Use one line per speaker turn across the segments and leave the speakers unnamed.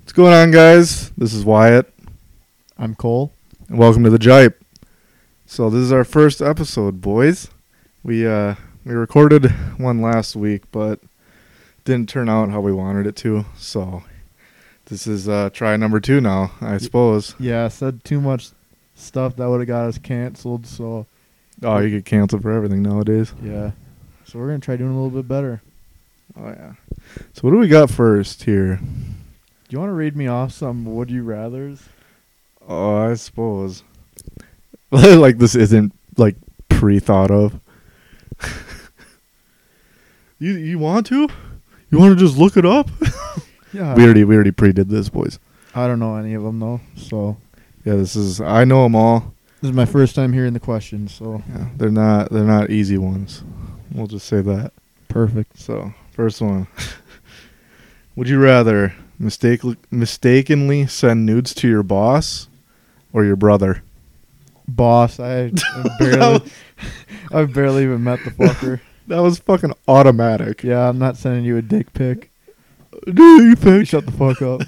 What's going on, guys? This is Wyatt,
I'm Cole.
and welcome to the Jipe. So this is our first episode, boys. We uh we recorded one last week, but didn't turn out how we wanted it to. So this is uh try number two now, I suppose.
Yeah, I said too much stuff that would have got us canceled. So
Oh, you get canceled for everything nowadays.
yeah, so we're gonna try doing a little bit better.
Oh yeah. So what do we got first here?
Do you want to read me off some would you rather's?
Oh, I suppose. like this isn't like pre thought of. you you want to? You want to just look it up?
Yeah,
we already we already pre did this, boys.
I don't know any of them though. So
Yeah, this is I know them all.
this is my first time hearing the questions. So
Yeah, they're not they're not easy ones. We'll just say that.
perfect.
So first one. Would you rather mistake mistakenly send nudes to your boss or your brother?
Boss, I I barely, I've barely even met the fucker.
That was fucking automatic.
Yeah, I'm not sending you a dick pic.
Do you think?
Shut the fuck up.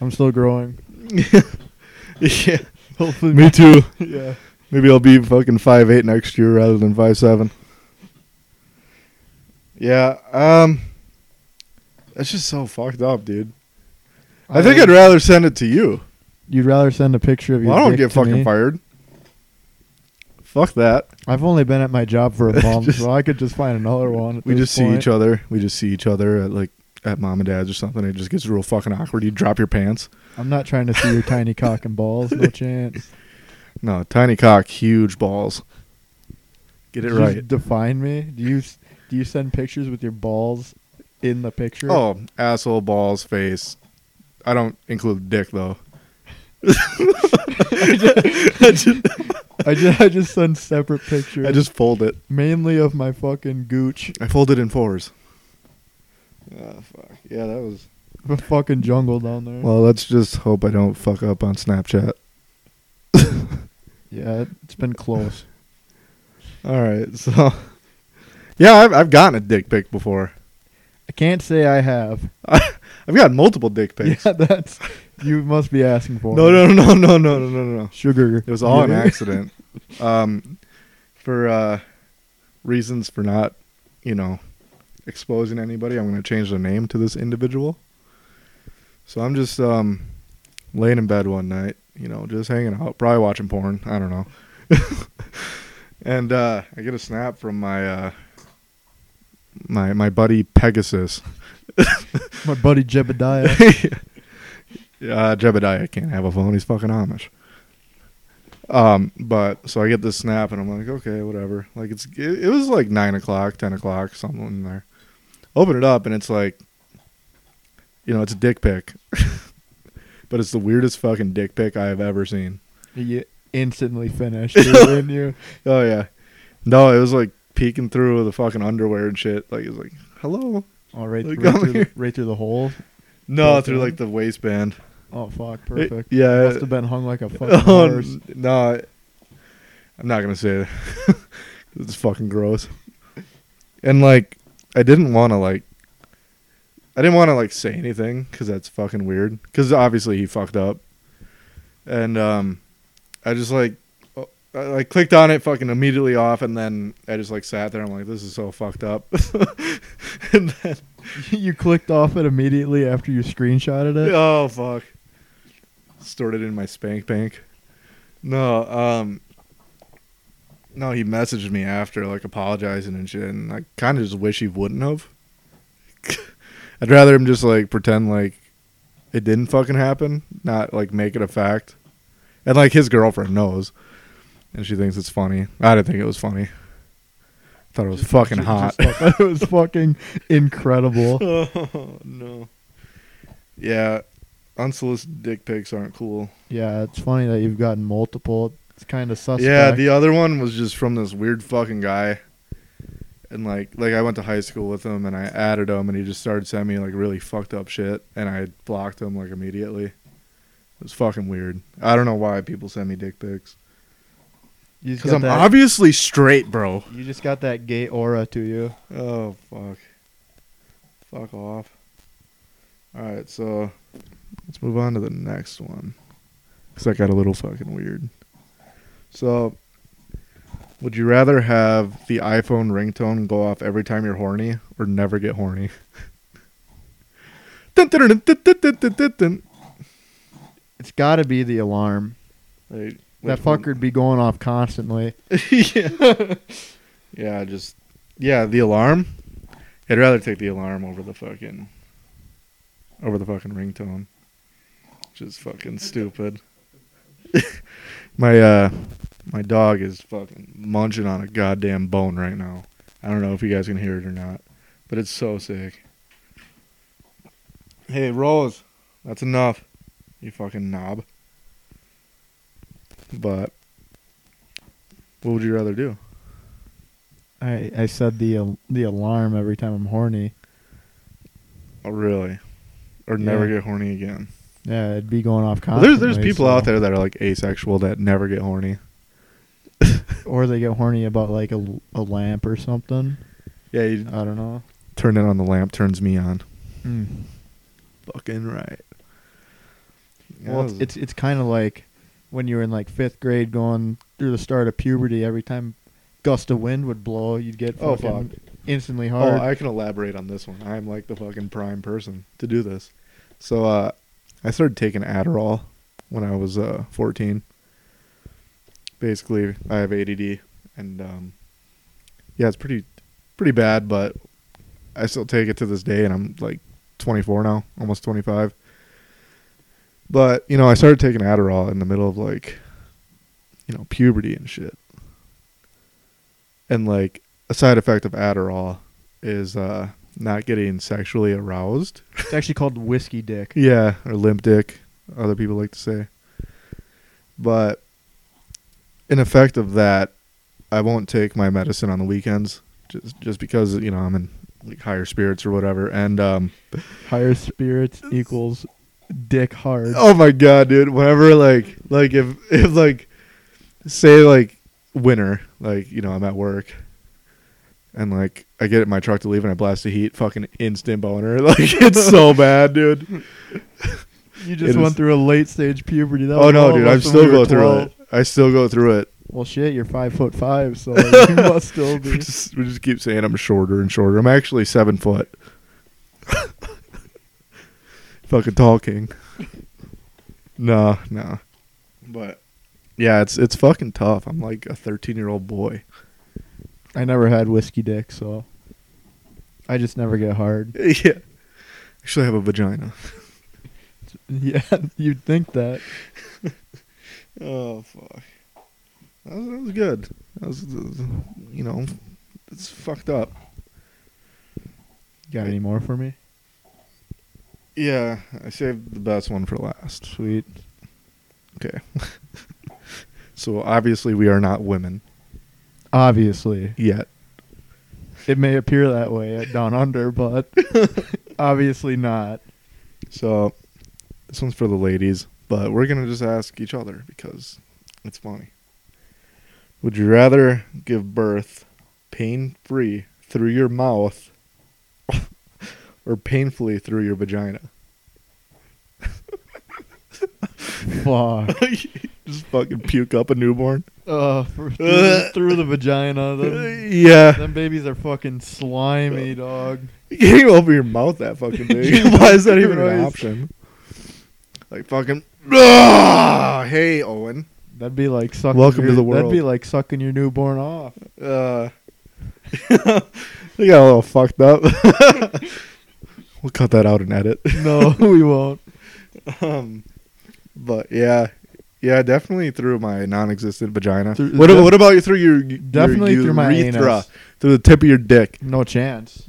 I'm still growing.
yeah.
Hopefully,
Me too.
yeah.
Maybe I'll be fucking five eight next year rather than five seven. Yeah, um That's just so fucked up, dude. I, think I'd rather send it to you.
You'd rather send a picture of your.
Well, I don't
dick
get
to
fucking
me?
fired. Fuck that.
I've only been at my job for a month,
Just-
so I could just find another one. at
We
this
just see
point.
each other. We just see each other at like at mom and dad's or something. It just gets real fucking awkward. You drop your pants.
I'm not trying to see your tiny cock and balls. No chance.
No, tiny cock, huge balls. Get it
You
right.
Just define me. Do you s- do you send pictures with your balls in the picture?
Oh, asshole, balls, face. I don't include dick though. I, just,
I just I just send separate pictures.
I just fold it.
mainly of my fucking gooch,
I fold it in fours. Oh, fuck. Yeah, that was.
the fucking jungle down there.
Well, let's just hope I don't fuck up on Snapchat.
yeah, it's been close.
All right, so. Yeah, I've, I've gotten a dick pic before.
I can't say I have.
I've gotten multiple dick pics.
Yeah, that's you must be asking for.
no,
it.
no, no, no, no, no, no, no.
sugar.
It was all an
Yeah.
accident. Um, for uh, reasons for not, you know, exposing anybody, I'm going to change the name to this individual. So I'm just um, laying in bed one night, you know, just hanging out, probably watching porn. I don't know. and uh, I get a snap from my uh, my my buddy Pegasus.
My buddy Jebediah.
Uh, Jebediah can't have a phone. He's fucking Amish. Um, but so I get this snap and I'm like, okay, whatever. Like it's it, it was like nine o'clock, ten o'clock, something in there. Open it up and it's like, you know, it's a dick pic, but it's the weirdest fucking dick pic I have ever seen.
you instantly finished, it, didn't you?
Oh yeah, no, it was like peeking through the fucking underwear and shit. Like it's like, hello,
Oh, right,
Look,
right,
I'm
through, the-
here.
right through the hole.
no,
Perfect.
through like the waistband.
Oh fuck,
It-
perfect.
yeah,
Must have been hung like a fucking
Oh,
horse.
n- no, I'm not gonna say it. it's fucking gross. And like, I didn't want to like, I didn't want to like say anything because that's fucking weird. Because obviously he fucked up, and um, I just like, oh, I like clicked on it, fucking immediately off, and then I just like sat there. I'm like, this is so fucked up. and then,
you clicked off it immediately after you screenshotted it.
oh fuck stored it in my spank bank no um no he messaged me after like apologizing and shit and i kind of just wish he wouldn't have i'd rather him just like pretend like it didn't fucking happen not like make it a fact and like his girlfriend knows and she thinks it's funny i didn't think it was funny thought it was fucking
Just-
hot
just like- it was fucking incredible.
oh no. Yeah, unsolicited dick pics aren't cool.
Yeah, it's funny that you've gotten multiple. It's kind of suspect.
Yeah, the other one was just from this weird fucking guy, and like like I went to high school with him, and I added him, and he just started sending me like really fucked up shit, and I blocked him like immediately. It was fucking weird. I don't know why people send me dick pics
you just
because
got
I'm
that,
obviously straight, bro.
you just got that gay aura to you.
Oh fuck, fuck off. All right, so that's move on to the next one because that got a little fucking weird. So, would you rather have the iPhone ringtone go off every time you're horny or never get horny? Dun, dun, dun, dun, dun, dun, dun, dun, dun.
It's got to be the alarm.
Wait,
that
which one?
fucker'd be going off constantly.
yeah. yeah, just yeah, the alarm. I'd rather take the alarm over the fucking over the fucking ringtone. Which is fucking stupid. my uh my dog is fucking munching on a goddamn bone right now. I don't know if you guys can hear it or not, but it's so sick. Hey, Rose, that's enough. You fucking knob. But what would you rather do?
I I said the al- the alarm every time I'm horny.
Oh, really? Or never
Yeah.
get horny again?
Yeah, it'd be going off
Well,
constantly.
there's there's people
so-
out there that are like asexual that never get horny.
or they get horny about like a, l- a lamp or something.
Yeah, you
I don't know.
turn it on the lamp, turns me on. Hmm.
Mm.
Fucking right. Yeah,
Well,
that
it's
was-
it's, it's kind of like when you were in like fifth grade, going through the start of puberty. Every time gust of wind would blow, you'd get
Oh,
fucking
fuck.
instantly
oh,
hard.
I can elaborate on this one. I'm like the fucking prime person to do this. So uh, I started taking Adderall when I was uh, 14. Basically, I have ADD, and um, yeah, it's pretty pretty bad, but I still take it to this day, and I'm like 24 now, almost 25. But you know, I started taking Adderall in the middle of like, you know, puberty and shit. And like a side effect of Adderall is uh, not getting sexually aroused.
it's actually called whiskey dick.
Yeah, or limp dick, other people like to say. But in effect of that, I won't take my medicine on the weekends just just because you know I'm in like higher spirits or whatever. And um,
Higher spirits equals dick hard.
oh my god, dude, whenever like like if if like say like winter, like you know I'm at work. And like I get in my truck to leave and I blast the heat, fucking instant boner. Like it's so bad, dude.
you
it
just
is-
went through a late stage puberty. That
Oh
was all
no,
of
dude,
us
I
when
still
we were
go through
12.
it. I still go through it.
Well, shit, you're five foot five, so like, you must still
We
be.
just, we just keep saying I'm shorter and shorter. I'm actually seven foot. Fucking tall king. No, no. But yeah, it's it's fucking tough. I'm like a 13 year old boy.
I never had whiskey dick, so I just never get hard.
yeah. Actually, I have a vagina.
Yeah, you'd think that.
Oh fuck. That was, that was good. That was, that was- you know, it's fucked up.
Got any more for me?
Yeah, I saved the best one for last.
Sweet.
Okay. so obviously we are not women
Obviously,
yet.
it may appear that way at Down Under, but obviously not.
So this one's for the ladies, but we're going to just ask each other because it's funny. Would you rather give birth pain free through your mouth or painfully through your vagina?
Fuck.
just fucking puke up a newborn?
Uh, for- through, the, through the vagina. Them,
yeah.
them babies are fucking slimy, dog.
You can't even open your mouth that fucking big. Why is that even an
Christ.
option? Like fucking. Ah, hey, Owen.
That'd be like sucking.
Welcome to
your-
the
That'd be
world.
like sucking your newborn off.
Uh, they got a little fucked up. we'll cut that out and edit.
No, we won't.
Um, but yeah, yeah, definitely through my non-existent vagina.
Through-
what,
def-
what about you through your your
Definitely through my
urethra,
anus.
through the tip of your dick?
No chance.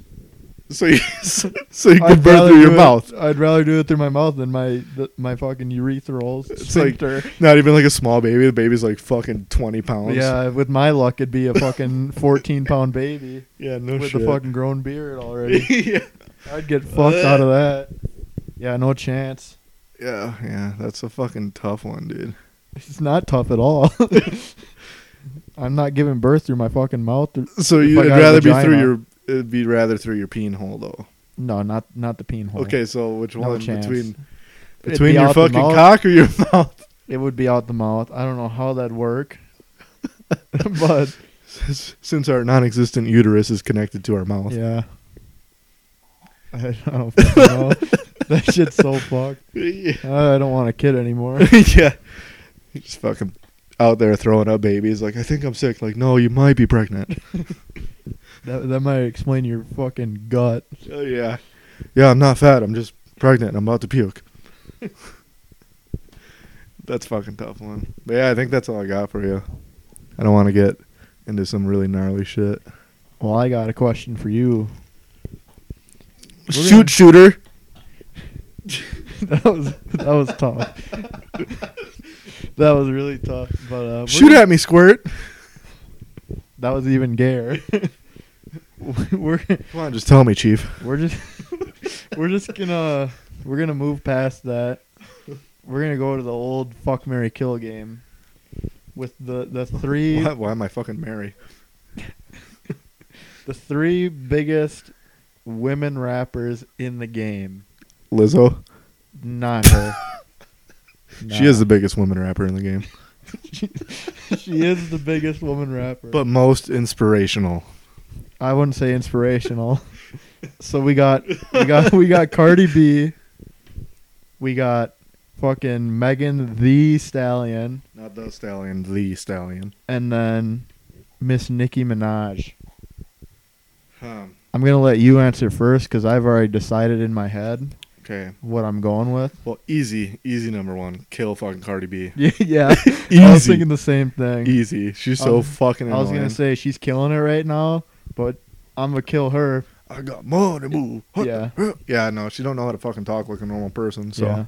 So you so you can burn
rather
through your
do it-
mouth.
I'd rather do it through my mouth than my th- my fucking urethral
It's like-
sphincter.
Not even like a small baby. The baby's like fucking twenty pounds.
yeah, with my luck, it'd be a fucking fourteen pound baby
yeah, no
with
shit.
a fucking grown beard already.
yeah.
I'd get fucked out of that. Yeah, no chance.
Yeah, yeah, that's a fucking tough one, dude.
It's not tough at all. I'm not giving birth through my fucking mouth. or-
So
If I
you'd
got a
rather be
vagina.
through your, it'd be rather through your peen hole though.
No, not not the peen hole.
Okay, so which
no
one
chance.
between
It'd
Between
be
your
out the
fucking
mouth.
cock or your mouth.
It would be out the mouth. I don't know how that'd work, but
Since our non existent uterus is connected to our mouth.
yeah. I don't fucking know. that shit's so fucked.
Yeah.
I don't want a kid anymore.
yeah. You're just fucking out there throwing up babies. Like, I think I'm sick. Like, no, you might be pregnant.
That, that might explain your fucking gut.
oh, yeah. Yeah, I'm not fat. I'm just pregnant. and I'm about to puke. that's fucking tough one. But yeah, I think that's all I got for you. I don't want to get into some really gnarly shit.
Well, I got a question for you. We're
Shoot,
gonna-
shooter.
that was that was tough. that was really tough. But uh, we're
Shoot
gonna-
at me, squirt.
That was even gayer. we're
Come on, just tell me, chief.
we're just we're just gonna we're gonna move past that. We're gonna go to the old fuck Mary kill game with the the three
Why, why am I fucking Mary?
the three biggest women rappers in the game.
Lizzo.
Not her.
She is the biggest woman rapper in the game,
she is the biggest woman rapper.
but most inspirational.
I wouldn't say inspirational. so we got we got we got Cardi B. We got fucking Megan the Stallion
Not the stallion, the stallion.
and then Miss Nicki Minaj.
Um,
I'm going to let you answer first cuz I've already decided in my head
okay.
what I'm going with.
Well, easy, easy number one. Kill fucking Cardi B.
Yeah, yeah. I was
Easy,
thinking the same thing.
easy. She's so
Um,
fucking.
I was going
annoying.
to say she's killing it right now, but I'm going to kill her.
I got money, move.
Yeah.
yeah. No, she don't know how to fucking talk like a normal person. So
yeah.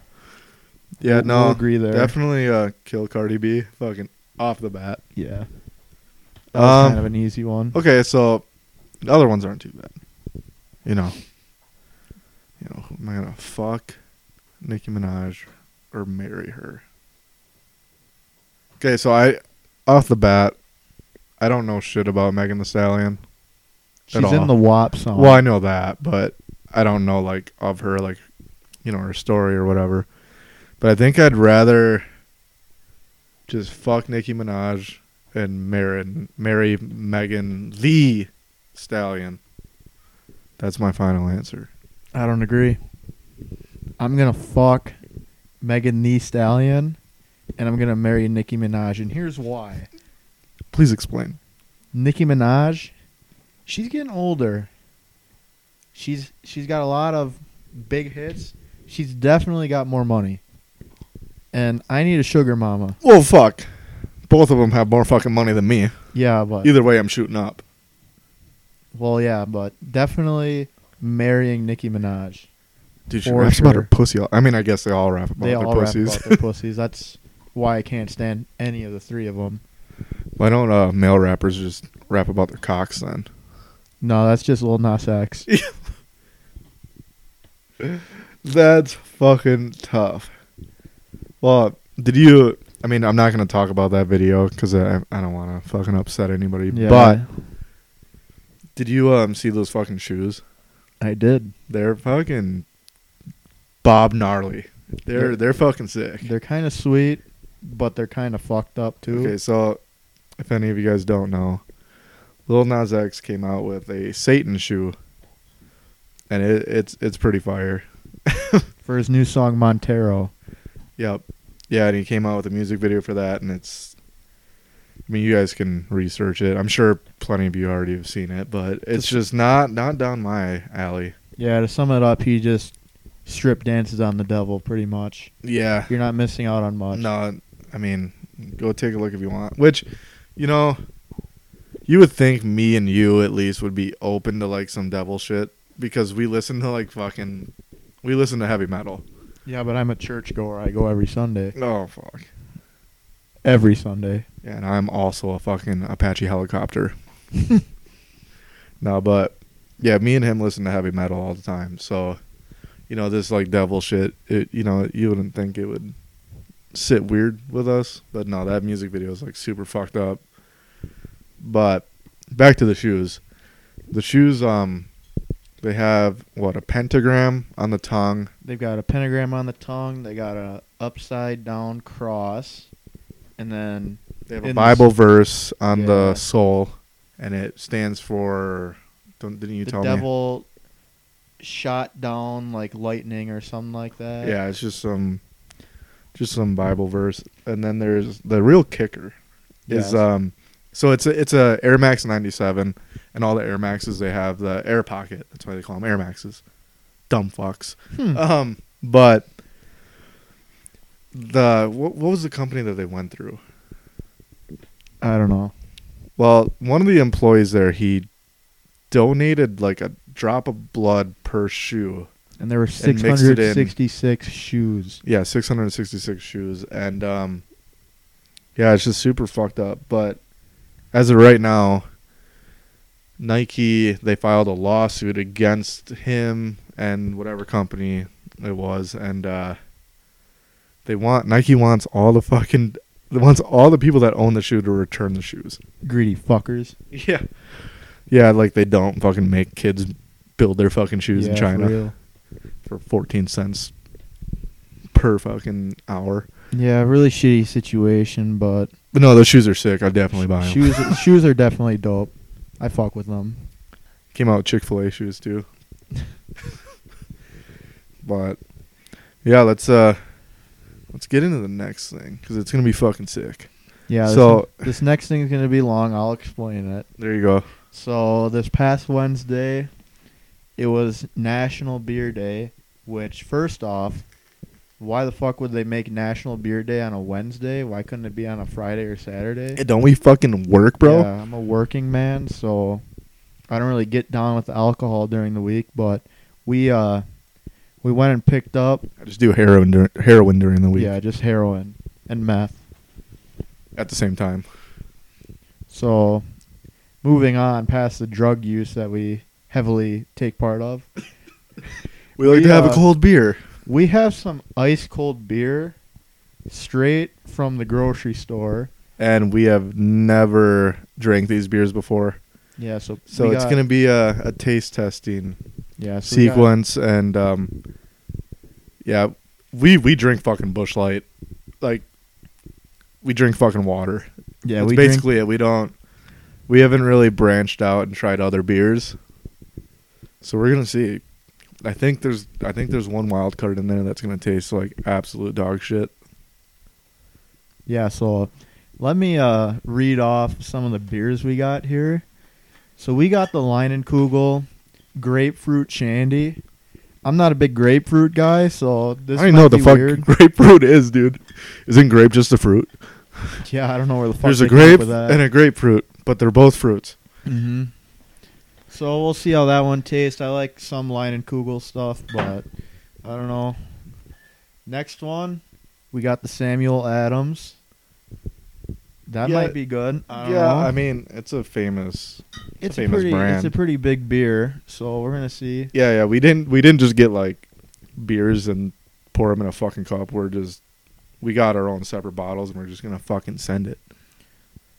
yeah,
We'll-
no,
we'll agree there.
definitely uh, kill Cardi B. Fucking off the bat.
Yeah. That was
Um,
kind of an easy one.
Okay, so the other ones aren't too bad. You know. You know, who am I gonna fuck Nicki Minaj or marry her? Okay, so I off the bat, I don't know shit about Megan the Stallion.
She's
all.
in the WAP song.
Well, I know that, but I don't know like of her like you know, her story or whatever. But I think I'd rather just fuck Nicki Minaj and marry marry Megan the Stallion. That's my final answer.
I don't agree. I'm gonna fuck Megan Thee Stallion, and I'm gonna marry Nicki Minaj. And here's why:
Please explain.
Nicki Minaj, she's getting older. She's she's got a lot of big hits. She's definitely got more money. And I need a sugar mama.
Well, fuck. Both of them have more fucking money than me.
Yeah, but
Either way, I'm shooting up.
well, yeah, but definitely marrying Nicki Minaj.
Dude, she
For
raps about
sure.
her pussy. all- I mean, I guess they all rap about
they
their
all
pussies.
rap about their pussies. That's why I can't stand any of the three of them.
Why don't uh, male rappers just rap about their cocks then?
No, that's just Lil Nas X.
That's fucking tough. Well, did you? I mean, I'm not gonna talk about that video because I, I don't want to fucking upset anybody. But did you um see those fucking shoes?
I did.
They're fucking Bob gnarly. They're
Yeah.
they're fucking sick.
They're kind of sweet, but they're kind of fucked up too.
Okay, so if any of you guys don't know, Lil Nas X came out with a Satan shoe, and it, it's it's pretty fire.
For his new song Montero,
Yep. Yeah, and he came out with a music video for that, and it's. I mean, you guys can research it. I'm sure plenty of you already have seen it, but it's just not not down my alley.
yeah. To sum it up, he just strip dances on the devil pretty much.
Yeah.
You're not missing out on much.
No, I mean, go take a look if you want. Which, you know, you would think me and you at least would be open to like some devil shit because we listen to like fucking, we listen to heavy metal.
Yeah, but I'm a churchgoer. I go every Sunday.
Oh fuck.
Every Sunday.
Yeah, and I'm also a fucking Apache helicopter. no, but yeah, me and him listen to heavy metal all the time. So, you know, this like devil shit, it you know, you wouldn't think it would sit weird with us, but no, that music video is like super fucked up. But back to the shoes. The shoes um They have what a pentagram on the tongue.
They've got a pentagram on the tongue. They got a upside down cross, and then
They have a
In the
Bible verse on
Yeah.
the soul, and it stands for. Don't, didn't you
the
tell
devil shot down like lightning or something like that.
me? Yeah, it's just some, just some Bible verse, and then there's the real kicker.
Yes.
Is um, so it's a it's a Air Max ninety seven, and all the Air Maxes they have the air pocket. That's why they call them Air Maxes. Dumb fucks.
Hmm.
Um, but the what, what was the company that they went through?
I don't know.
Well, one of the employees there, he donated like a drop of blood per shoe.
And there were
And
six
mixed it
hundred
in.
sixty-six shoes.
Yeah, 666 shoes and um yeah, it's just super fucked up, but as of right now Nike they filed a lawsuit against him and whatever company it was and uh they want Nike wants all the fucking they wants all the people that own the shoe to return the shoes.
Greedy fuckers.
Yeah. Yeah, like they don't fucking make kids build their fucking shoes
Yeah,
in
for
China
real.
for, 14 cents per fucking hour.
Yeah, really shitty situation, but
But no, those shoes are sick. I definitely buy them.
shoes shoes are definitely dope. I fuck with them.
Came out Chick fil A shoes too. but yeah, let's uh let's get into the next thing cuz it's going to be fucking sick.
Yeah.
So-
this, this next thing is gonna be long. I'll explain it.
There you go.
So this past Wednesday, it was National Beer Day. Which, first off, why the fuck would they make National Beer Day on a Wednesday? Why couldn't it be on a Friday or Saturday?
Hey, don't we fucking work, bro?
Yeah, I'm a working man, so I don't really get down with alcohol during the week. But we uh, we went and picked up
I just do heroin dur- heroin during the week
yeah, just heroin and meth.
at the same time.
So, moving on past the drug use that we heavily take part of,
We like
We,
to have
uh,
a cold beer.
we have some ice cold beer straight from the grocery store.
and we have never drank these beers before.
Yeah, so
So
we
it's
got-
going to be a, a taste testing
yeah so we got-
sequence, and um, yeah, we we drink fucking Bush Light, like we drink fucking water.
yeah,
That's
we drink-
basically it. We don't, we haven't really branched out and tried other beers, so we're gonna see. I think there's I think there's one wild card in there that's gonna taste like absolute dog shit.
Yeah, so let me uh, read off some of the beers we got here. So we got the Leinenkugel grapefruit shandy. I'm not a big grapefruit guy, so this
I don't
might
know what the
be
fuck
weird.
grapefruit is, dude. Isn't grape just a fruit?
Yeah, I don't know where the fuck
There's
they
a
came up
grape
with that.
and a grapefruit, but they're both fruits.
hmm So we'll see how that one tastes. I like some Line and Kugel stuff, but I don't know. Next one, we got the Samuel Adams. That
Yeah.
might be good. I don't
yeah,
know.
I mean it's a famous.
it's a
famous
pretty
brand.
it's a pretty big beer, so we're gonna see.
Yeah, yeah. We didn't we didn't just get like beers and pour them in a fucking cup. We're just we got our own separate bottles and we're just gonna fucking send it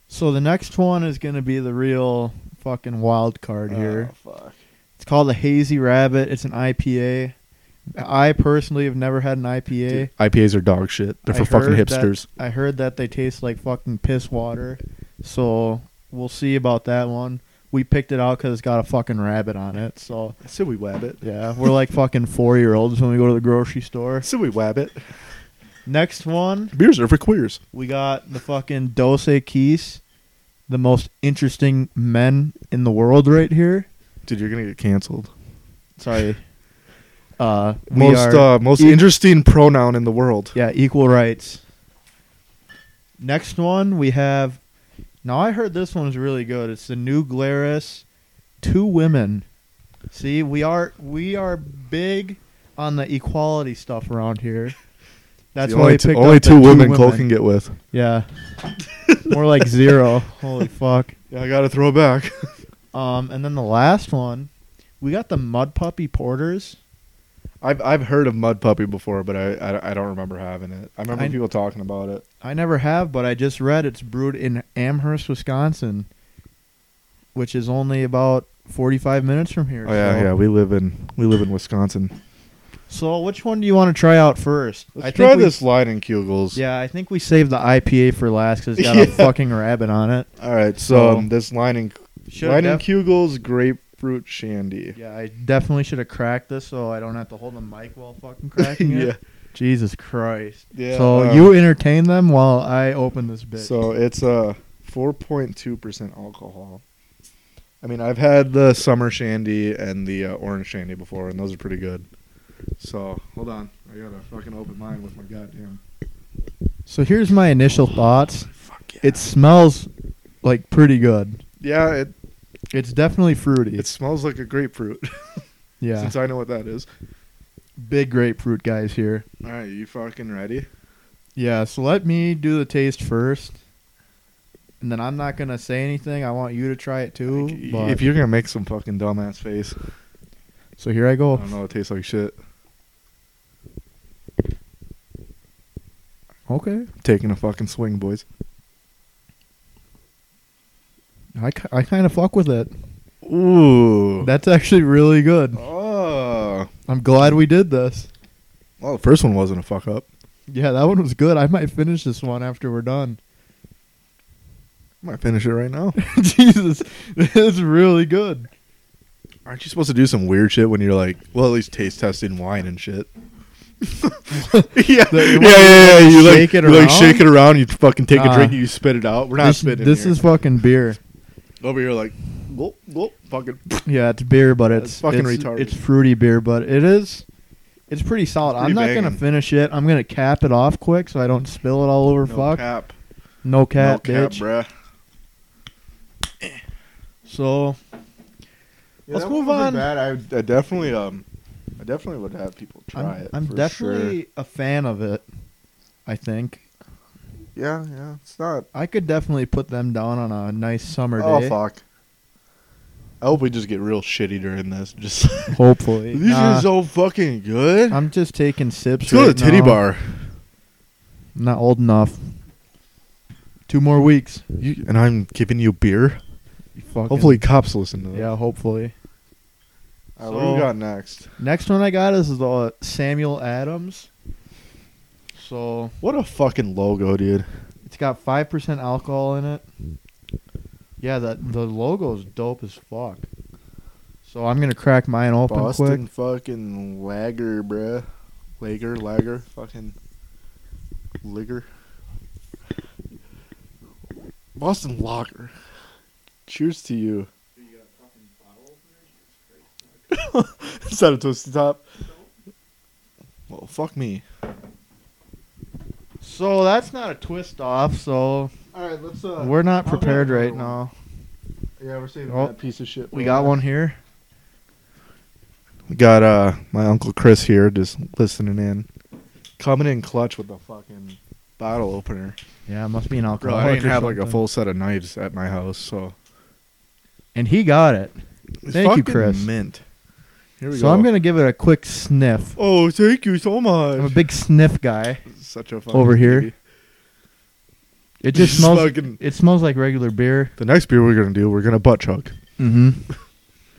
So the next one is gonna be the real fucking wild card here.
Oh, fuck.
It's called the Hazy Rabbit. It's an IPA. I personally have never had an IPA.
Dude, IPAs are dog shit. They're
I
for fucking
heard
hipsters.
That, I heard that they taste like fucking piss water. So we'll see about that one. We picked it out because it's got a fucking rabbit on it. So
I said we wab it.
yeah, we're like fucking four year olds when we go to the grocery store.
I said we wab it.
Next one,
Beers are for queers.
we got the fucking Dose Keys, the most interesting men in the world right here.
Dude, you're gonna get canceled.
Sorry. Uh, we
Most
are-
uh, most
e-
interesting pronoun in the world.
Yeah, equal rights. Next one we have. Now I heard this one is really good. It's the new Glarus, two women. See, we are we are big on the equality stuff around here. That's
The
why
only
we
two-
picked
only
up the
two women
two
Cole can get with.
Yeah, more like zero. Holy fuck!
Yeah, I gotta throw back.
Um, and then the last one, we got the Mud Puppy Porters.
I've I've heard of Mud Puppy before, but I I, I don't remember having it. I remember
I-
people talking about it.
I never have, but I just read it's brewed in Amherst, Wisconsin, which is only about 45 minutes from here.
Oh yeah,
so.
yeah. We live in we live in Wisconsin.
So which one do you want to try out first?
Let's
I think
try
we-
this Lion Kugels.
Yeah, I think we saved the IPA for last because it's got
Yeah.
a fucking rabbit on it.
All right. So
So-
um, this Lion
Should
Lion
def-
Kugels grapefruit shandy.
yeah, I definitely should have cracked this so I don't have to hold the mic while fucking cracking it.
yeah.
Jesus Christ.
Yeah.
so
um,
you entertain them while I open this bitch.
So it's uh, 4.2% alcohol. I mean, I've had the summer shandy and the uh, orange shandy before, and those are pretty good. So hold on, I got a fucking open mind with my goddamn.
so here's my initial thoughts.
Fuck yeah.
It smells like pretty good.
yeah, it
It's definitely fruity.
it smells like a grapefruit.
yeah.
Since I know what that is.
Big grapefruit guys here.
All right, you fucking ready?
Yeah, so let me do the taste first. And then I'm not gonna say anything. I want you to try it too. but-
If you're gonna make some fucking dumbass face,
so here I
I
go.
don't know, it tastes like shit.
Okay,
Taking a fucking swing, boys.
I, ki- I kind of fuck with it.
Ooh.
That's actually really good.
oh.
I'm glad we did this.
Well, the first one wasn't a fuck up.
Yeah, that one was good. I might finish this one after we're done.
I might finish it right now.
Jesus, this is really good.
Aren't you supposed to do some weird shit when you're like, well, at least taste testing wine and shit? yeah.
The-
yeah, yeah,
you want me
yeah,
to
You like,
shake it
you like
around?
shake it around. You fucking take a
Nah.
drink and you spit it out. We're not
this
spitting.
this
here.
is fucking beer.
over here like, whoop, whoop, fucking.
Yeah, it's beer, but it's
That's fucking
it's,
retarded.
It's fruity beer, but it is. It's pretty solid.
It's pretty
I'm not gonna
banging.
finish it. I'm gonna cap it off quick so I don't spill it all over.
No
fuck,
cap,
no cap,
no cap,
bitch.
bruh.
so
Yeah,
Let's
that
move
wasn't
on.
Bad. I, I definitely, um, I definitely would have people try
I'm,
it.
I'm
for
definitely
sure.
a fan of it. I think
Yeah, yeah. It's not.
I could definitely put them down on a nice summer
Oh
day.
fuck. I hope we just get real shitty during this. Just
Hopefully,
these
Nah,
are so fucking good.
I'm just taking
Let's
sips.
go to
right
the titty
now.
bar.
I'm not old enough. Two more weeks.
You, and I'm giving you beer.
You fucking-
Hopefully, cops listen to this.
yeah. Hopefully,
All right, what do we
So-
got next?
next one I got is the Samuel Adams. So
What a fucking logo, dude.
it's got five percent alcohol in it. Yeah, the the logo is dope as fuck. So I'm gonna crack mine open quick.
Boston fucking lager, bruh. Lager, lager, fucking ligger. Boston lager. Cheers to you. Is that a twisty top? Well, fuck me.
So that's not a twist off. So
All right, let's. Uh,
we're not
I'll grab
prepared
another
right
one.
now.
Yeah, we're saving
Oh,
that piece of shit.
We got one here.
We got uh my uncle Chris here, just listening in, coming in clutch with the fucking bottle opener.
Yeah, it must be an
Bro,
alcoholic.
I didn't
or
have like a
something.
full set of knives at my house, so
And he got it.
It's
Thank
fucking
you, Chris.
Mint. Here we
So
go.
I'm gonna give it a quick sniff.
Oh, thank you so much.
I'm a big sniff guy.
Such a fucking
over here.
baby.
It just
Just
smells.
fucking-
It smells like regular beer.
The next beer we're gonna do, we're gonna butt chug.
Mm-hmm.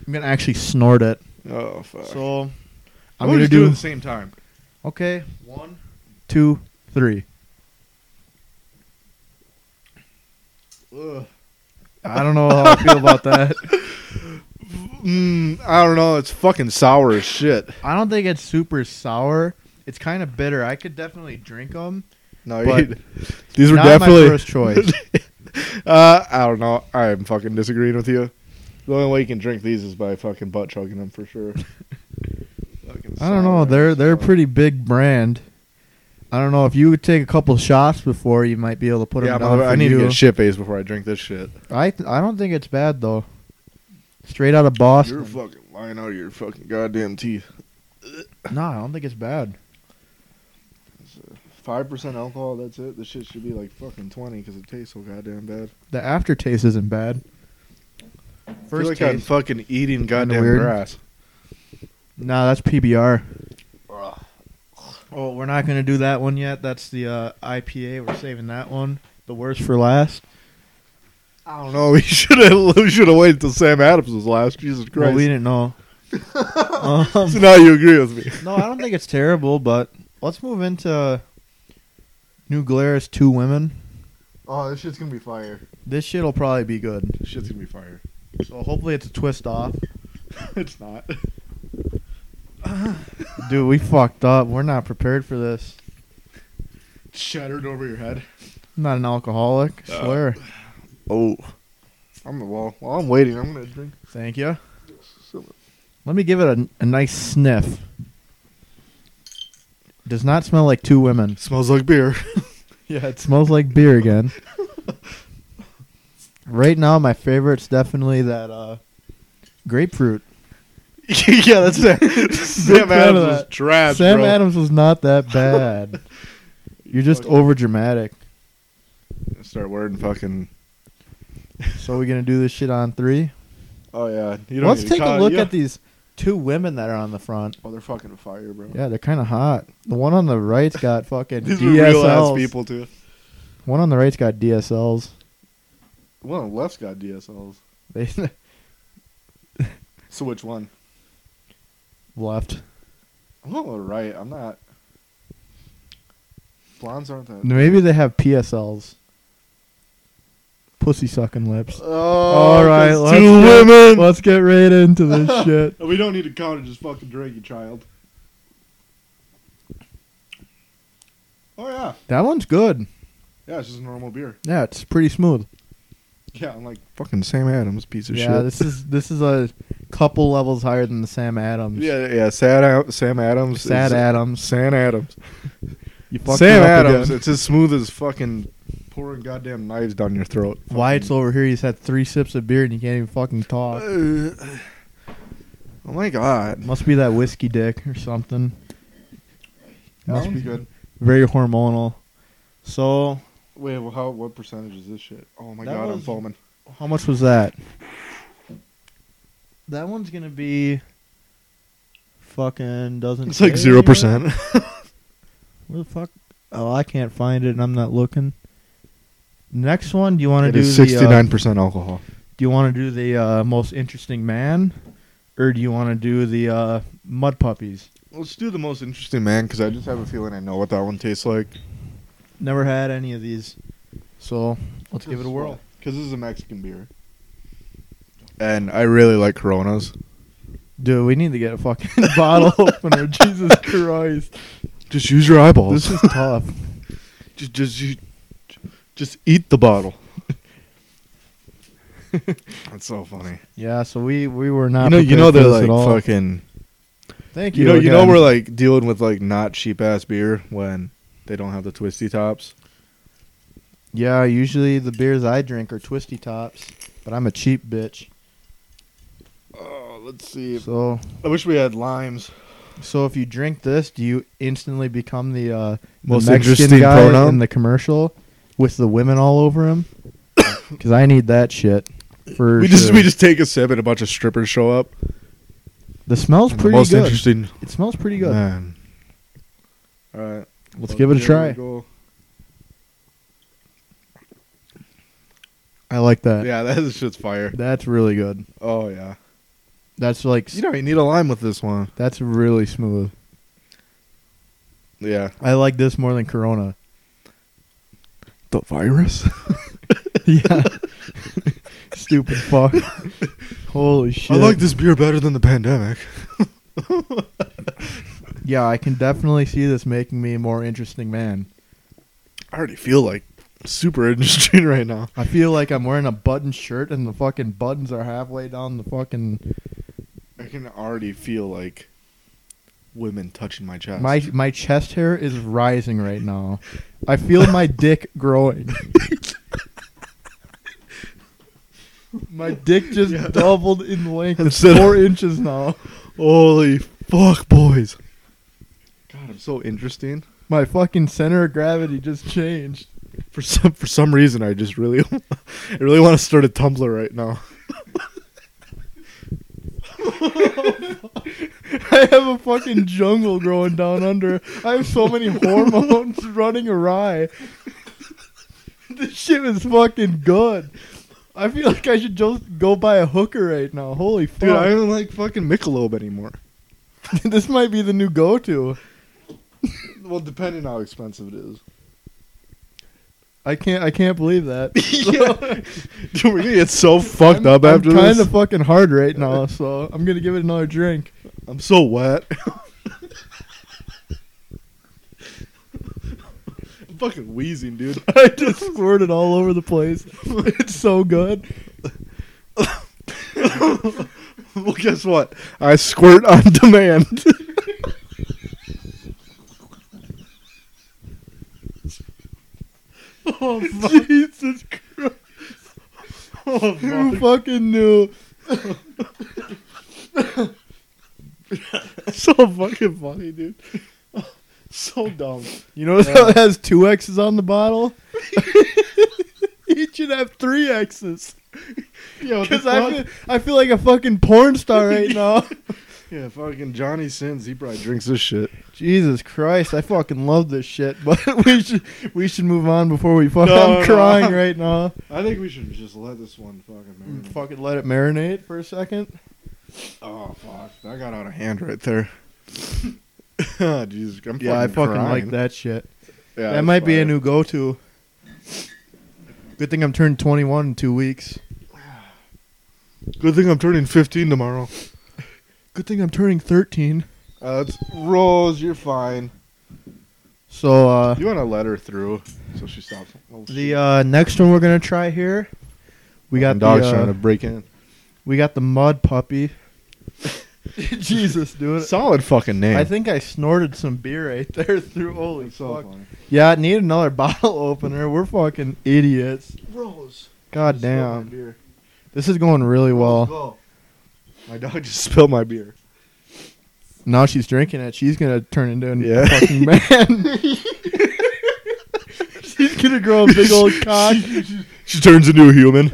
I'm gonna actually snort it.
Oh fuck.
So
I'm
I'm gonna
do it at
do.
the same time.
Okay, one, two, three.
Ugh.
I don't know how I feel about that.
Mm, I don't know. It's fucking sour as shit.
I don't think it's super sour. It's kind of bitter. I could definitely drink them.
No,
But
you- these were
Not
definitely
my first choice.
Uh, I don't know. I'm fucking disagreeing with you. The only way you can drink these is by fucking butt chugging them for sure. Fucking
I don't know.
sour
They're
as
they're a
fuck.
pretty big brand. I don't know if you would take a couple shots before you might be able to put
Yeah,
them down.
mother-
for
I need
you.
to get shit faced before I drink this shit.
I th- I don't think it's bad though. Straight out of Boston.
You're fucking lying out of your fucking goddamn teeth.
No, I don't think it's bad.
Five percent alcohol. That's it. This shit should be like fucking twenty because it tastes so goddamn bad.
The aftertaste isn't bad.
I feel
First
like I'm
taste.
fucking eating goddamn
weird.
grass.
nah, that's PBR. Oh, we're not gonna do that one yet. That's the uh, IPA. We're saving that one. The worst for last.
I don't know. We should have we should have waited until Sam Adams was last. Jesus
Well,
Christ!
we didn't know. um,
so now you agree with me?
no, I don't think it's terrible, but let's move into New Glarus Two Women.
Oh, this shit's gonna be fire.
This shit'll probably be good.
This shit's gonna be fire.
So hopefully it's a twist off.
it's not.
Dude, we fucked up. We're not prepared for this.
Shattered over your head.
I'm not an alcoholic.
Uh.
Swear.
Oh, I'm the wall. While I'm waiting, I'm gonna drink.
Thank you.
Some.
Let me give it a, a nice sniff. Does not smell like two women.
Smells like beer.
Yeah, it smells like beer again. right now, my favorite's definitely that uh, grapefruit.
yeah, that's it. Sam
fan
Adams
of
was
that.
trash,
Sam
bro.
Adams was not that bad. You're just
Fucking-
over dramatic.
Start wearing fucking.
So we're gonna do this shit on three.
Oh yeah. You
Let's take a look at
the.
these two women that are on the front.
Oh, they're fucking fire, bro.
Yeah, they're kind of hot. The one on the right's got fucking
These are real ass
DSLs.
people too.
One on the right's got DSLs.
One on the left's got DSLs.
They
So which one?
left.
I'm on the right. I'm not. Blondes aren't that.
Maybe they have PSLs. Pussy sucking lips.
Oh,
All right,
there's
let's
two
get,
women.
Let's get right into this shit.
We don't need to count it. Just fucking drink, you child. Oh yeah,
That one's good.
yeah. It's just a normal beer.
Yeah, it's pretty smooth.
Yeah, I'm like fucking Sam Adams piece of
yeah,
shit.
this is this is a couple levels higher than the Sam Adams.
yeah, yeah. Sad Ad- Sam Adams.
Sad
is-
Adams.
Sam Adams.
You fucked
Sam
it up
Adams.
again.
It's as smooth as fucking pouring goddamn knives down your throat.
Wyatt's over here. He's had three sips of beer and you can't even fucking talk.
Uh, oh my god.
Must be that whiskey dick or something.
That
Must
one's
be
good.
Very hormonal. So,
Wait, well, how? What percentage is this shit? Oh my
That
god, I'm
was-
foaming.
how much was that? That one's gonna be fucking doesn't.
It's like
say
zero percent.
anywhere. Where the fuck? Oh, I can't find it, and I'm not looking. Next one, do you want to
It
do
is
the?
sixty
Uh,
nine percent alcohol.
do you want to do the uh, most interesting man, or do you want to do the uh, mud puppies?
Let's do the most interesting man because I just have a feeling I know what that one tastes like.
Never had any of these, so let's give it a whirl.
Because this is a Mexican beer, and I really like Coronas.
Dude, we need to get a fucking bottle opener. Jesus Christ.
Just use your eyeballs.
This is tough.
just, just, you, just eat the bottle. That's so funny.
Yeah, so we, we were not.
you know, you know
prepared for
they're
this at
like
all.
fucking.
Thank you.
You know, you know
again.
we're like dealing with like not cheap ass beer when they don't have the twisty tops.
Yeah, usually the beers I drink are twisty tops, but I'm a cheap bitch.
Oh, let's see.
So
I wish we had limes.
so if you drink this, do you instantly become the uh, the
Most
Mexican
interesting
guy
pronoun?
in the commercial with the women all over him? Because I need that shit. For
we just
sure.
we just take a sip and a bunch of strippers show up.
the smells
the
pretty
most
good.
interesting.
It smells pretty good.
Man. All right,
Let's
well,
give it a
here we
try.
go.
I like that.
Yeah, that is shit's fire.
That's really good.
Oh yeah.
That's like
You know you need a lime with this one.
that's really smooth.
Yeah.
I like this more than Corona.
The virus.
yeah. Stupid fuck. Holy shit.
I like this beer better than the pandemic.
Yeah, I can definitely see this making me a more interesting man.
I already feel like super interesting right now.
I feel like I'm wearing a button shirt and the fucking buttons are halfway down the fucking
I can already feel like women touching my chest.
my my chest hair is rising right now. I feel my dick growing. My dick just
Yeah.
doubled in length. It's
Instead of-
four inches now.
Holy fuck, boys! God, I'm so interesting.
My fucking center of gravity just changed.
For some for some reason, I just really, I really want to start a Tumblr right now.
I have a fucking jungle growing down under. I have so many hormones running awry. This shit was fucking good. I feel like I should just go buy a hooker right now. Holy fuck!
Dude, I don't like fucking Michelob anymore.
this might be the new go-to.
Well, depending how expensive it is.
I can't. I can't believe that.
yeah. Dude, we're gonna get so fucked
I'm-
up after
I'm
this.
Kind of fucking hard right now, so I'm gonna give it another drink.
I'm so wet. I'm fucking wheezing, dude.
I just squirted all over the place. It's so good.
well, guess what? I squirt on demand.
Oh Jesus Christ!
oh,
Who fucking knew?
so fucking funny, dude. So dumb.
You notice how it has two X's on the bottle? it should have three X's.
Yeah,
Because I feel, I feel like a fucking porn star right now.
yeah, fucking Johnny Sins. He probably drinks this shit.
Jesus Christ, I fucking love this shit, but we should we should move on before we fuck.
No,
I'm
no.
crying right now.
I think we should just let this one fucking. marinate.
Fucking let it marinate for a second.
Oh fuck! That got out of hand right there. oh, Jesus, I'm
Yeah, I fucking
crying.
like that shit.
Yeah,
that
it's
might be a
fire.
new go-to. Good thing I'm turning 21 in two weeks.
Good thing I'm turning 15 tomorrow.
Good thing I'm turning 13.
Uh, it's Rose. You're fine.
So uh,
You want to let her through, so she stops. Oh,
the uh, next one we're gonna try here, we got the
dogs
uh,
trying to break in.
we got the mud puppy. Jesus, dude.
Solid fucking name.
I think I snorted some beer right there through. Holy
It's so
fuck.
funny.
Yeah, I need another bottle opener. We're fucking idiots.
Rose.
God
just spilled my
damn.
beer.
This is going really well.
Go. My dog just spilled my beer.
Now she's drinking it. She's going to turn into a
Yeah.
fucking man. she's going to grow a big old cock.
She turns into a human.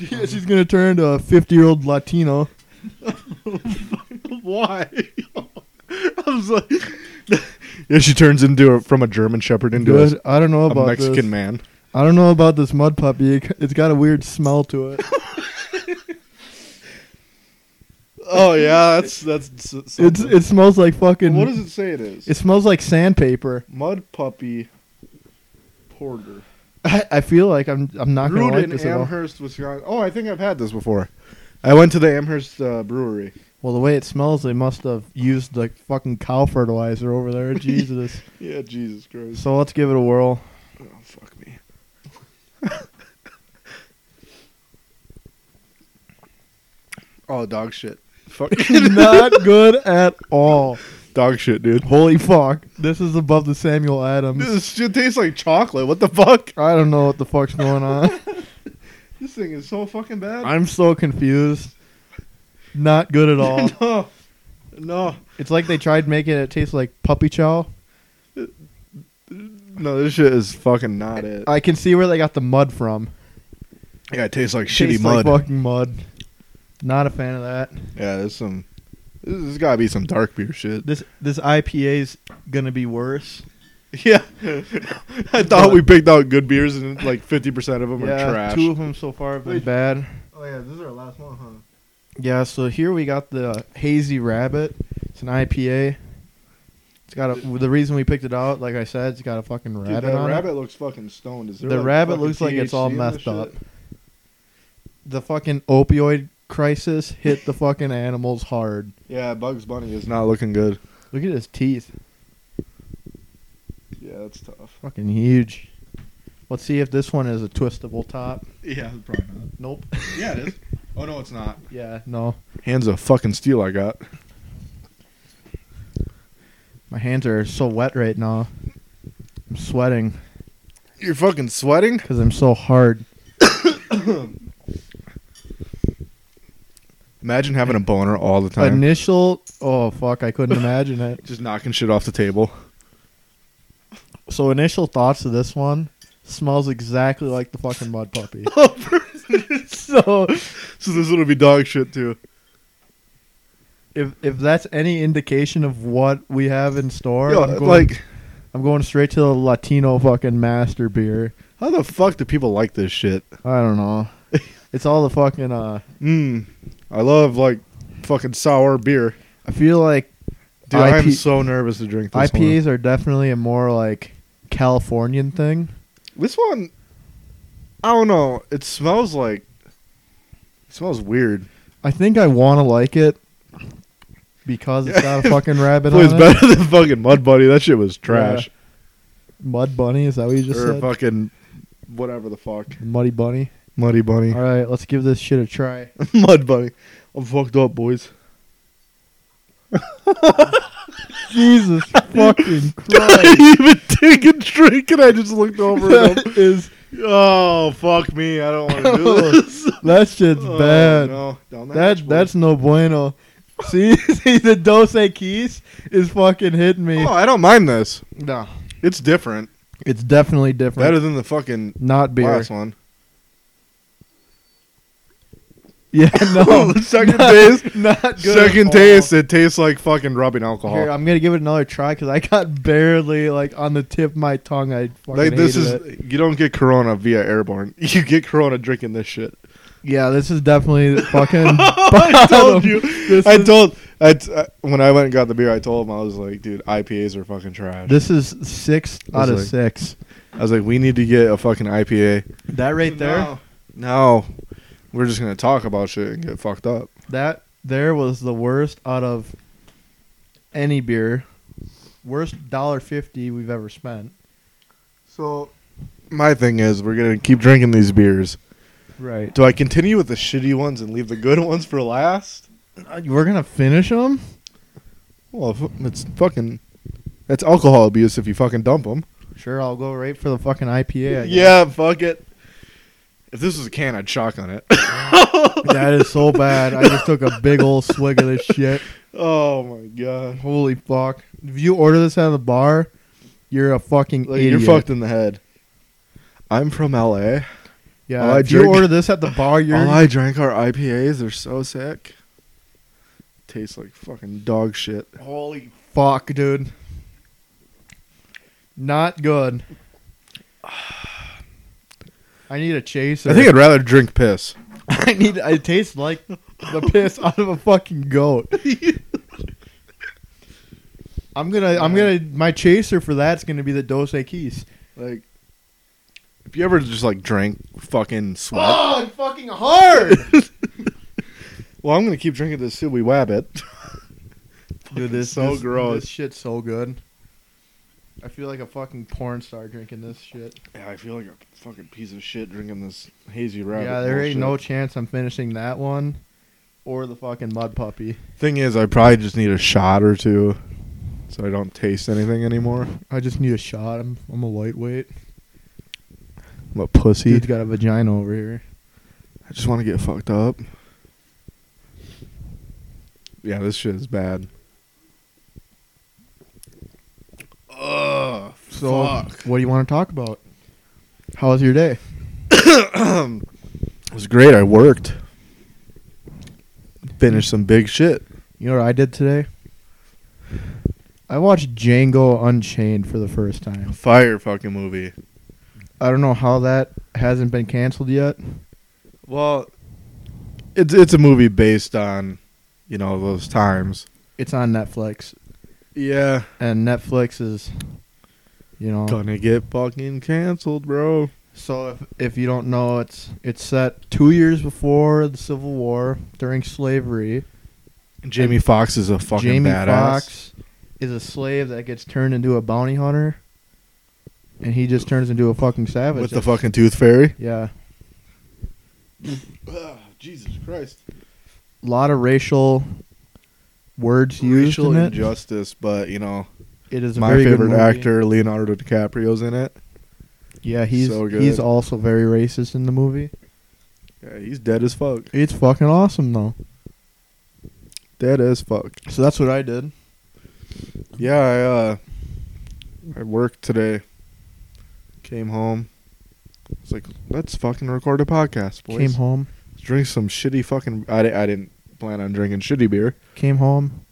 Yeah, she's going to turn into a 50 year old Latino.
Why? I was like, yeah, she turns into a, from a German Shepherd into a,
Dude, I don't know
a
about
Mexican
this.
man.
I don't know about this mud puppy. It- It's got a weird smell to it.
Oh yeah, that's that's.
it's, it smells like fucking.
what does it say it is?
It smells like sandpaper.
Mud Puppy Porter.
I, I feel like I'm I'm not
Brewed
gonna like
in
this at all.
Amherst, Wisconsin. Oh, I think I've had this before. I went to the Amherst uh, brewery.
Well, the way it smells, they must have used like fucking cow fertilizer over there. Jesus.
Yeah, Jesus Christ.
so let's give it a whirl.
Oh, fuck me. oh, dog shit. Fuck.
Not good at all.
dog shit, dude.
Holy fuck! This is above the Samuel Adams.
This shit tastes like chocolate. What the fuck?
I don't know what the fuck's going on.
This thing is so fucking bad.
I'm so confused. Not good at all.
no. No.
It's like they tried making it taste like puppy chow.
No, this shit is fucking not it.
I can see where they got the mud from.
yeah, it tastes like
It
shitty
tastes
mud.
Like fucking mud. Not a fan of that.
Yeah, there's some. This has got to be some dark beer shit.
This this IPA's gonna be worse.
Yeah, I thought we picked out good beers, and like fifty percent of them
yeah,
are trash.
two of them so far have been
Wait.
bad.
Oh yeah, this is our last one, huh?
Yeah, so here we got the Hazy Rabbit. It's an IPA. It's got a, the reason we picked it out, like I said, it's got a fucking rabbit
Dude, that
on
rabbit
it.
looks fucking stoned. Is there
The
like,
rabbit
fucking
looks like it's all
THC in this
messed up.
shit?
The fucking opioid crisis hit the fucking animals hard.
Yeah, Bugs Bunny is not looking good.
Look at his teeth,
Yeah, that's tough.
fucking huge. Let's see if this one is a twistable top.
Yeah, probably not.
Nope.
Yeah, it is. Oh no, it's not.
Yeah, no.
Hands of fucking steel I got.
My hands are so wet right now. I'm sweating
You're fucking sweating.
because I'm so hard.
Imagine having a boner all the time,
Initial. Oh fuck! I couldn't imagine it.
just knocking shit off the table.
So initial thoughts of this one smells exactly like the fucking mud puppy.
Oh,
so
So this will be dog shit too.
if if that's any indication of what we have in store,
Yo,
I'm going,
like
I'm going straight to the Latino fucking master beer.
How the fuck do people like this shit?
I don't know. it's all the fucking. uh
Mmm. I love like fucking sour beer.
I feel like
Dude,
IP
I'm so nervous to drink this
IPAs are definitely a more like Californian thing.
one. This one, I don't know. It smells like. It smells weird.
I think I want to like it because it's got a fucking rabbit
It
on
was
it.
better than fucking Mud Buddy. That shit was trash.
Mud Bunny, is that what you just
or
said?
fucking whatever the fuck.
Muddy Bunny.
Muddy Bunny.
All right, let's give this shit a try.
Mud Bunny. I'm fucked up, boys.
Jesus fucking
I
Christ.
didn't even take a drink and I just looked over at him.
that is
Oh, fuck me. I don't want to do this.
that shit's
Oh,
bad.
No. Down the hatch,
That
boys.
that's no bueno. See, see the Dos Equis is fucking hitting me.
Oh, I don't mind this.
No,
It's different.
it's definitely different.
Better than the fucking
not beer.
last one.
Yeah, no.
second
Not-
taste.
not good. at
Second
all.
taste, it tastes like fucking rubbing alcohol.
Here, I'm gonna give it another try because I got barely like on the tip of my tongue. I fucking
like this is
hated it.
you don't get Corona via airborne. You get Corona drinking this shit.
yeah. This is definitely the fucking.
I told
bottom.
you.
This
I
is-
told. I, t- I- when I went and got the beer, I told him I was like, dude, IPAs are fucking trash.
This is six out of
like-
six.
I was like, we need to get a fucking IPA.
That right there,
No. No. we're just gonna talk about shit and get fucked up.
that there was the worst out of any beer. Worst dollar fifty we've ever spent.
So, my thing is, we're gonna keep drinking these beers.
Right.
Do I continue with the shitty ones and leave the good ones for last?
We're gonna finish them.
Well, if it's fucking. That's alcohol abuse if you fucking dump them.
Sure, I'll go right for the fucking IPA. I guess.
yeah, fuck it. If this was a can, I'd shotgun it.
that is so bad. I just took a big old swig of this shit.
oh my god.
Holy fuck! If you order this out of the bar, you're a fucking
Like,
idiot.
you're fucked in the head. I'm from LA.
Yeah.
All I
if you
drink-
order this at the bar, you're
All I drank are IPAs. They're so sick. Tastes like fucking dog shit.
holy fuck, dude. Not good. I need a chaser.
I think I'd rather drink piss.
I need. It tastes like the piss out of a fucking goat. I'm gonna. I'm gonna. My chaser for that's gonna be the Dos Equis.
Like, if you ever just like drank fucking sweat.
Oh, I'm fucking hard.
Well, I'm gonna keep drinking this till we wab it.
Dude,
this- this-
This
this
shit's so good. I feel like a fucking porn star drinking this shit.
Yeah, I feel like a fucking piece of shit drinking this hazy rabbit.
yeah, there ain't no
bullshit.
chance I'm finishing that one, or the fucking mud puppy.
Thing is, I probably just need a shot or two, so I don't taste anything anymore.
I just need a shot. I'm I'm a lightweight.
I'm a pussy.
Dude's got a vagina over here.
I just want to get fucked up. Yeah, this shit is bad. Ugh,
So,
fuck.
what do you want to talk about? How was your day?
It was great. I worked. Finished some big shit.
You know what I did today? I watched Django Unchained for the first time.
Fire fucking movie.
I don't know how that hasn't been canceled yet.
Well, it's it's a movie based on, you know, those times.
It's on Netflix,
Yeah,
and Netflix is, you know,
gonna get fucking canceled, bro.
So if if you don't know, it's it's set two years before the Civil War during slavery.
Jamie Foxx is a fucking
Jamie
badass.
Foxx is a slave that gets turned into a bounty hunter, and he just turns into a fucking savage.
with the fucking tooth fairy.
yeah,
Jesus Christ.
a lot of racial words used
Racial
in it.
injustice, but you know,
it is a
my
very good
favorite
movie.
actor Leonardo DiCaprio's in it.
Yeah, he's
So good.
he's also very racist in the movie.
Yeah, he's dead as fuck.
It's fucking awesome though.
Dead as fuck.
So that's what I did.
Yeah, I uh I worked today. Came home. It's like, let's fucking record a podcast, boys.
Came home,
Drink some shitty fucking. I, di- I didn't plan on drinking shitty beer.
came home,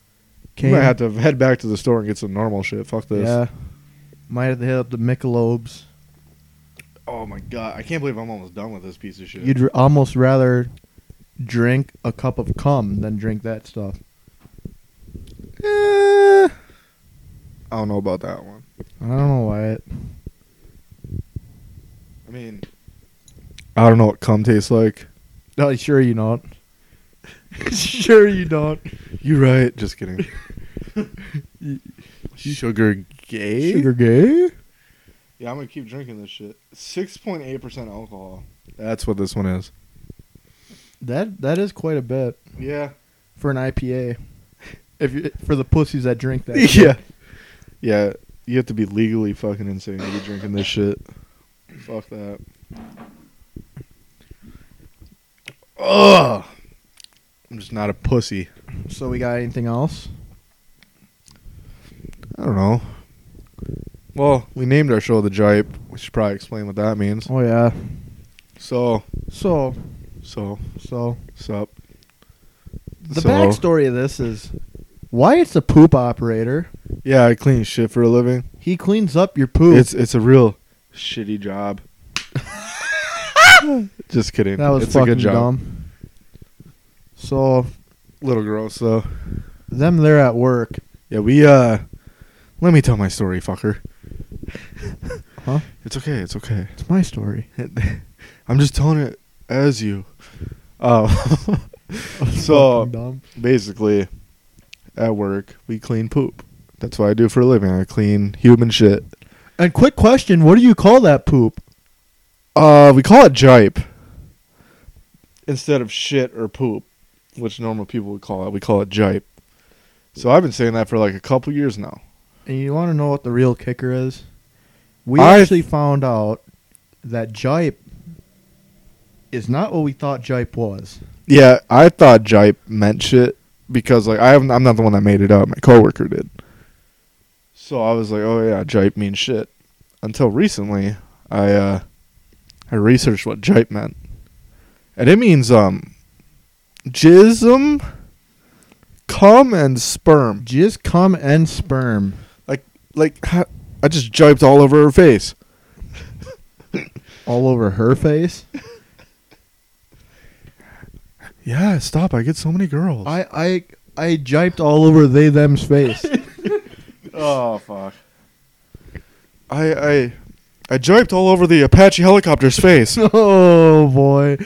I
came.
might have to head back to the store and get some normal shit. Fuck this.
Yeah. Might have to hit up the Michelobes.
Oh my god, I can't believe I'm almost done with this piece of shit.
You'd r- almost rather drink a cup of cum than drink that stuff.
Eh, I don't know about that one.
I don't know why. It,
I mean, I don't know what cum tastes like.
no, oh, sure you don't. sure you don't.
You're right. Just kidding. Sugar gay.
Sugar gay?
Yeah, I'm gonna keep drinking this shit. Six point eight percent alcohol. That's what this one is.
That that is quite a bit
Yeah.
for an IPA. If you, for the pussies that drink that. shit.
yeah. Yeah. You have to be legally fucking insane to be drinking this shit. Fuck that. Ugh. I'm just not a pussy.
So we got anything else?
I don't know. Well, we named our show the Jipe. We should probably explain what that means.
Oh yeah.
So,
So
so,
so
sup.
the
So-
backstory of this is why it's a poop operator.
Yeah, I clean shit for a living.
He cleans up your poop.
It's it's a real shitty job. Just kidding.
that was
it's
fucking
a good job.
dumb. So
Little gross though.
them there at work.
Yeah, we uh let me tell my story, fucker.
Huh?
It's okay, it's okay.
It's my story.
I'm just telling it as you. Oh So-
Fucking dumb.
basically at work we clean poop. That's what I do for a living. I clean human shit.
And quick question, what do you call that poop?
Uh we call it jipe. Instead of shit or poop, which normal people would call it. We call it jipe. So I've been saying that for like a couple years now.
And you want to know what the real kicker is? We
I-
actually found out that jipe is not what we thought jipe was.
Yeah, I thought jipe meant shit because like I haven't, I'm not the one that made it up. My coworker did. So I was like, oh yeah, jipe means shit. Until recently, I uh, I researched what jipe meant, and it means um, jism, cum and sperm.
Jizz, cum, and sperm.
Like ha- I just jiped all over her face.
all over her face.
Yeah, stop! I get so many girls.
I I I jiped all over they them's face.
oh fuck! I I I jiped all over the Apache helicopter's face.
oh boy,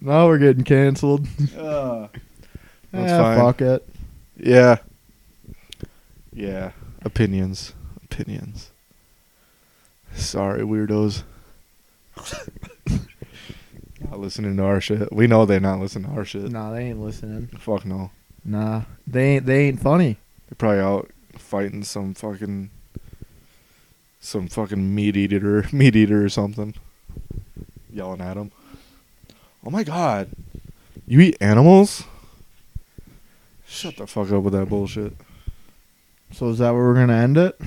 now we're getting canceled.
That's
Ah,
fine.
Fuck it.
Yeah. Yeah. Opinions. Opinions. Sorry, weirdos. not listening to our shit. We know they're not listening to our shit.
Nah, they ain't listening.
Fuck no.
Nah, they ain't. They ain't funny.
They're probably out fighting some fucking some fucking meat eater meat eater or something. Yelling at him. Oh my god. You eat animals? Shut the fuck up with that bullshit.
So is that where we're gonna end it?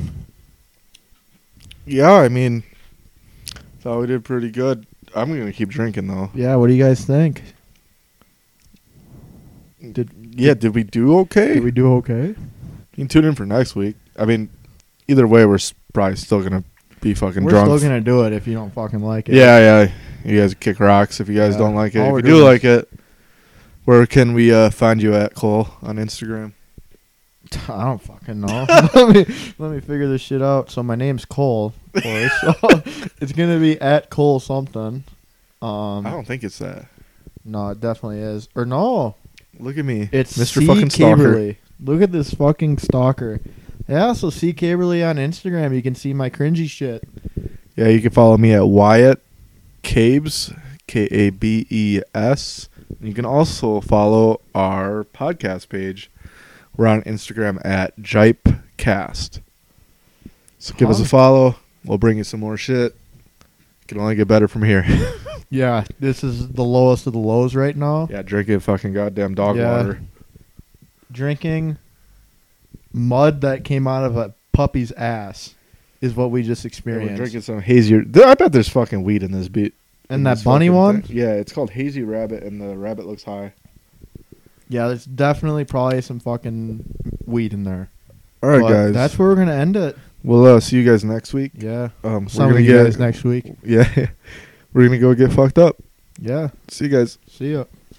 Yeah, I mean, thought we did pretty good. I'm gonna keep drinking though.
Yeah. What do you guys think? Did
Yeah, did we do okay?
did we do okay?
you can tune in for next week. I mean, either way, we're s- probably still gonna be fucking
we're
drunk.
still gonna do it if you don't fucking like it.
yeah, yeah. You guys kick rocks if you guys
Yeah.
don't like it.
All
If
we're
you do
doing
like it, where can we uh, find you at Cole on Instagram?
I don't fucking know. let me let me figure this shit out. So my name's Cole, of course. it's gonna be at Cole something. Um,
I don't think it's that.
No, it definitely is. Or no,
Look at me,
it's
Mr.
C.
Fucking Stalker.
Caberly. Look at this fucking stalker. Yeah, so C. Caberly on Instagram. You can see my cringy shit.
Yeah, you can follow me at Wyatt Cabes, K A B E S. You can also follow our podcast page. We're on Instagram at JipeCast. So give us a
Huh.
follow. We'll bring you some more shit. Can only get better from here.
Yeah, this is the lowest of the lows right now.
yeah, drinking fucking goddamn dog
Yeah.
water.
Drinking mud that came out of a puppy's ass is what we
Yeah,
just
we're
experienced.
drinking some hazier. There, I bet there's fucking weed in this beat. in
and that
this
bunny
fucking
one?
thing. Yeah, it's called Hazy Rabbit, and the rabbit looks high.
Yeah, there's definitely probably some fucking weed in there.
All right,
But
guys.
That's where we're gonna end it.
We'll uh, see you guys next week.
Yeah.
Um, we're
Some
gonna
of you
get
guys next week.
yeah, we're gonna go get fucked up.
Yeah.
See you guys.
See ya.